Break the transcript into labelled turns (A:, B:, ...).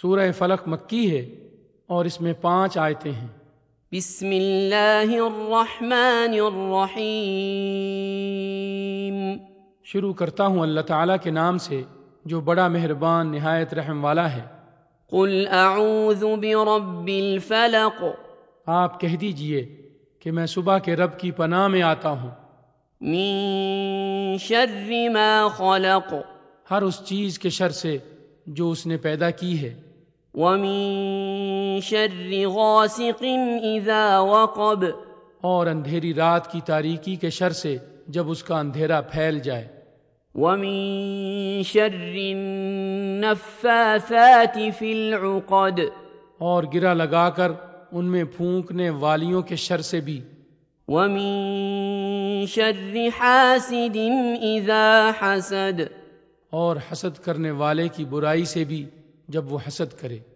A: سورہ فلق مکی ہے اور اس میں پانچ آیتیں ہیں
B: بسم اللہ الرحمن الرحیم
A: شروع کرتا ہوں اللہ تعالیٰ کے نام سے جو بڑا مہربان نہایت رحم والا ہے
B: قل اعوذ برب الفلق
A: آپ کہہ دیجئے کہ میں صبح کے رب کی پناہ میں آتا ہوں
B: من شر ما خلق
A: ہر اس چیز کے شر سے جو اس نے پیدا کی ہے
B: ومن شر غاسق اذا وقب
A: اور اندھیری رات کی تاریکی کے شر سے جب اس کا اندھیرا پھیل جائے
B: ومن شر النفاثات في العقد
A: اور گرا لگا کر ان میں پھونکنے والیوں کے شر سے بھی
B: ومن شر حاسد اذا حسد
A: اور حسد کرنے والے کی برائی سے بھی جب وہ حسد کرے